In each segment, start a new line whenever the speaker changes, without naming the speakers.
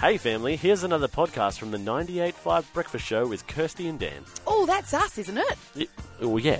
Hey, family, here's another podcast from the 98.5 Breakfast Show with Kirsty and Dan.
Oh, that's us, isn't it?
Y- Oh, yeah.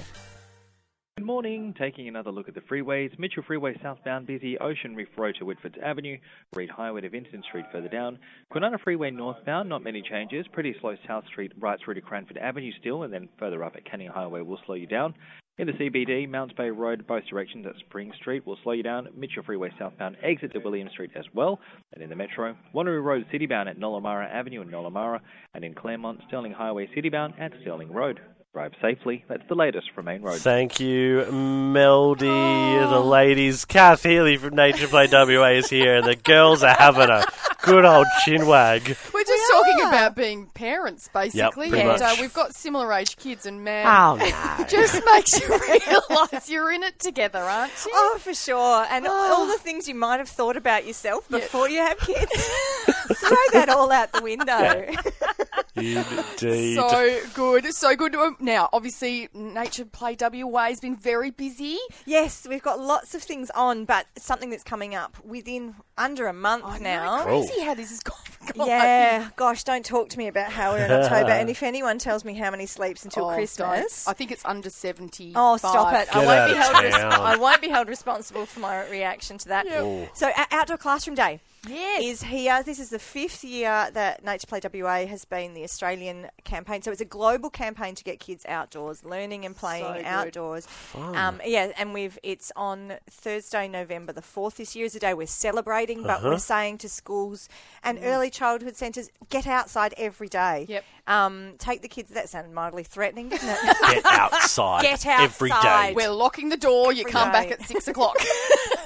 Good morning. Taking another look at the freeways. Mitchell Freeway southbound busy. Ocean Reef Road to Whitford's Avenue. Reed Highway to Vincent Street further down. Kwinana Freeway northbound, not many changes. Pretty slow South Street right through to Cranford Avenue still, and then further up at Canning Highway will slow you down. In the CBD, Mounts Bay Road, both directions at Spring Street will slow you down. Mitchell Freeway southbound exit to William Street as well. And in the metro, Wanneroo Road citybound at Nolomara Avenue and Nolomara. And in Claremont, Sterling Highway citybound at Sterling Road. Drive safely. That's the latest from Main Road.
Thank you, Melody. The ladies, Kath Healy from Nature Play WA is here, and the girls are having a good old chin wag.
We're just talking about being parents, basically,
pretty much.
and uh, we've got similar age kids, and man,
Oh, no.
it just makes you realise you're in it together, aren't you?
Oh, for sure. And
Oh.
all the things you might have thought about yourself before you have kids. Throw that all out the window.
Indeed.
So good, so good. Um, Now, obviously, Nature Play WA has been very busy.
Yes, we've got lots of things on, but something that's coming up within under a month now.
crazy how this has gone. gone. Oh,
Yeah, gosh, don't talk to me about how we're in October. And if anyone tells me how many sleeps until
Oh,
Christmas,
don't. I think it's under seventy.
Oh, stop it. I
Get
won't, be
out of
held res-
town.
I won't be held responsible for my reaction to that. So, O- Outdoor Classroom Day
Yes.
is here. This is the fifth year that Nature Play WA has been the Australian campaign. So, it's a global campaign to get kids outdoors, learning and
So
playing
good.
outdoors. Um, yeah, and we've it's on Thursday, November the 4th. This year is a day we're celebrating, but we're saying to schools and early childhood centres, get outside every day.
Mm. Yep.
Um, take the kids. That sounded mildly threatening, didn't it?
Get outside.
Get
Every
outside.
day.
We're locking the door. You
Every
come back
day.
at six o'clock.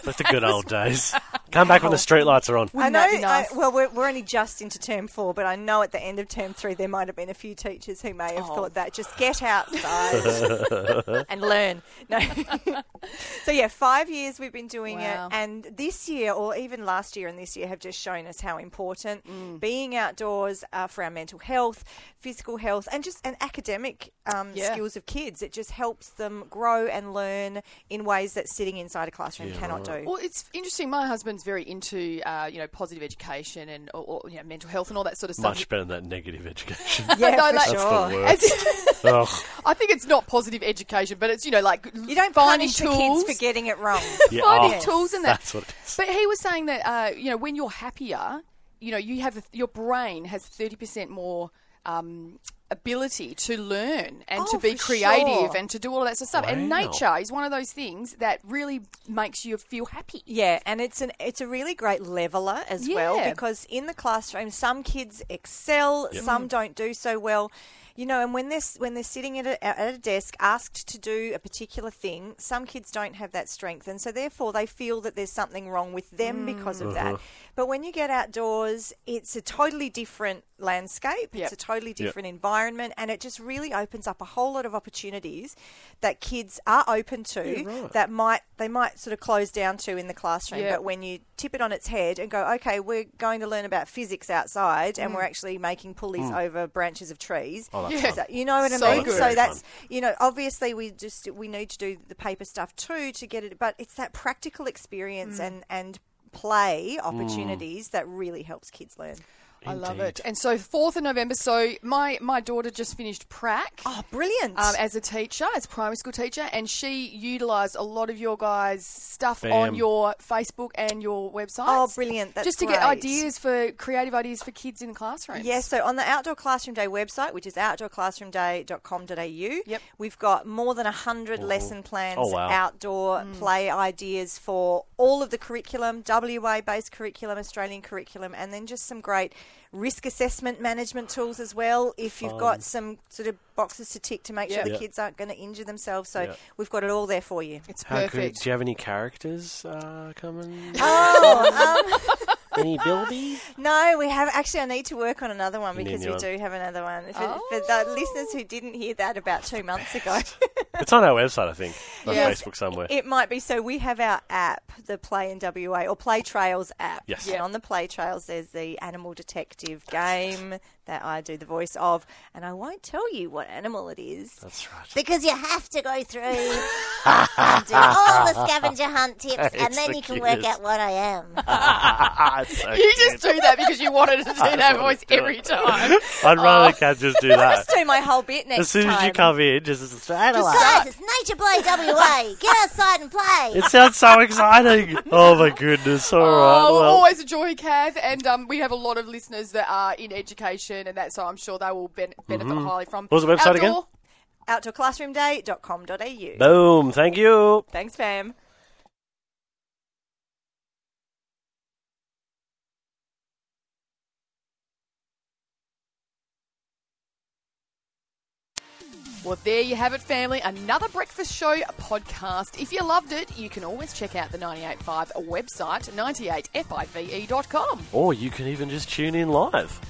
That's the good old days. Come back when the streetlights are on.
Wouldn't
I
that
know.
be nice?
I, well, we're, we're only just into term four, but I know at the end of term three there might have been a few teachers who may have
Oh.
thought that just get outside and learn. No. so yeah, five years we've been doing
Wow.
it, and this year, or even last year and this year, have just shown us how important
Mm.
being outdoors uh, for our mental health, physical health, and just and academic um,
Yeah.
skills of kids. It just helps them grow and learn in ways that sitting inside a classroom cannot do.
Well, it's interesting. My husband's very into uh, you know positive education and or, or, you know mental health and all that sort of stuff.
Much better than that negative education.
yeah,
No, like-
for
That's
sure.
the worst. Ugh.
I think it's not positive education, but it's you know like
You don't
finding
punish
tools.
the kids for getting it wrong.
Yeah,
finding
oh,
tools and that.
That's what it is.
But he was saying that uh, you know when you're happier, you know you have a, your brain has thirty percent more. Um, ability to learn and to
Oh,
be
for
creative
sure.
and to do all that sort of stuff and
Wow.
nature is one of those things that really makes you feel happy
yeah, and it's an it's a really great leveler as well
Yeah.
because in the classroom some kids excel, some
Mm.
don't do so well. You know, and when they're s- when they're sitting at a, at a desk asked to do a particular thing, some kids don't have that strength, and so therefore they feel that there's something wrong with them
Mm.
because of that. But when you get outdoors, it's a totally different landscape.
Yep.
It's a totally different environment, and it just really opens up a whole lot of opportunities that kids are open to that might they might sort of close down to in the classroom.
Yeah.
But when you tip it on its head and go, okay, we're going to learn about physics outside, and we're actually making pulleys over branches of trees.
Mm. Yeah.
So- you know what I
So
mean?
good.
So
Very
that's you know, obviously we just we need to do the paper stuff too to get it, but it's that practical experience
Mm.
and and play opportunities that really helps kids learn.
i love it and so 4th of november so my my daughter just finished prac
Oh, brilliant!
um, as a teacher, as a primary school teacher, and she utilised a lot of your guys' stuff
Bam.
on your Facebook and your website.
Oh, brilliant. That's
just to get
great.
ideas for creative ideas for kids in the classrooms.
Yes, so on the Outdoor Classroom Day website, which is outdoorclassroomday.com.au,
Yep.
we've got more than 100 lesson plans,
Oh, wow.
outdoor
Mm.
play ideas for all of the curriculum, WA based curriculum, Australian curriculum, and then just some great risk assessment management tools as well. If you've got some sort of boxes to tick to make
Yeah.
sure the
Yeah.
kids aren't going to injure themselves, so
Yeah.
we've got it all there for you.
it's
How good.
perfect.
Do you have any characters uh, coming?
Oh, um,
any buildies?
No, we have actually. I need to work on another one
You need
because we
another
do have another one for, for the listeners who didn't hear that about two months ago.
It's on our website, I think, on
Yes.
Facebook somewhere.
It might be. So we have our app, the Play in WA or Play Trails app.
Yes.
And on the Play Trails, there's the animal detective game that I do the voice of, and I won't tell you what animal it is.
That's right.
Because you have to go through and do all the scavenger hunt tips, and
It's
then
the
you can work
cutest.
out what I am.
It's so
You
cute.
just do that because you wanted to do that voice every time.
I'd
Oh.
rather cat just do that.
Let's do my whole bit next
As soon as you
time.
come in, just straight away.
Guys, it's Nature Boy WA. Get outside and play.
It sounds so exciting. Oh my goodness! All right.
Oh,
well,
always a joy, Kath. And um, we have a lot of listeners that are in education and that, so I'm sure they will ben- benefit highly from
Mm-hmm. What was the website again?
outdoor-
Outdoorclassroomday.com.au.
boom. Thank you.
Thanks, Pam.
Well, there you have it, family. Another Breakfast Show podcast. If you loved it, you can always check out the 98.5 website, 98five.com.
Or you can even just tune in live.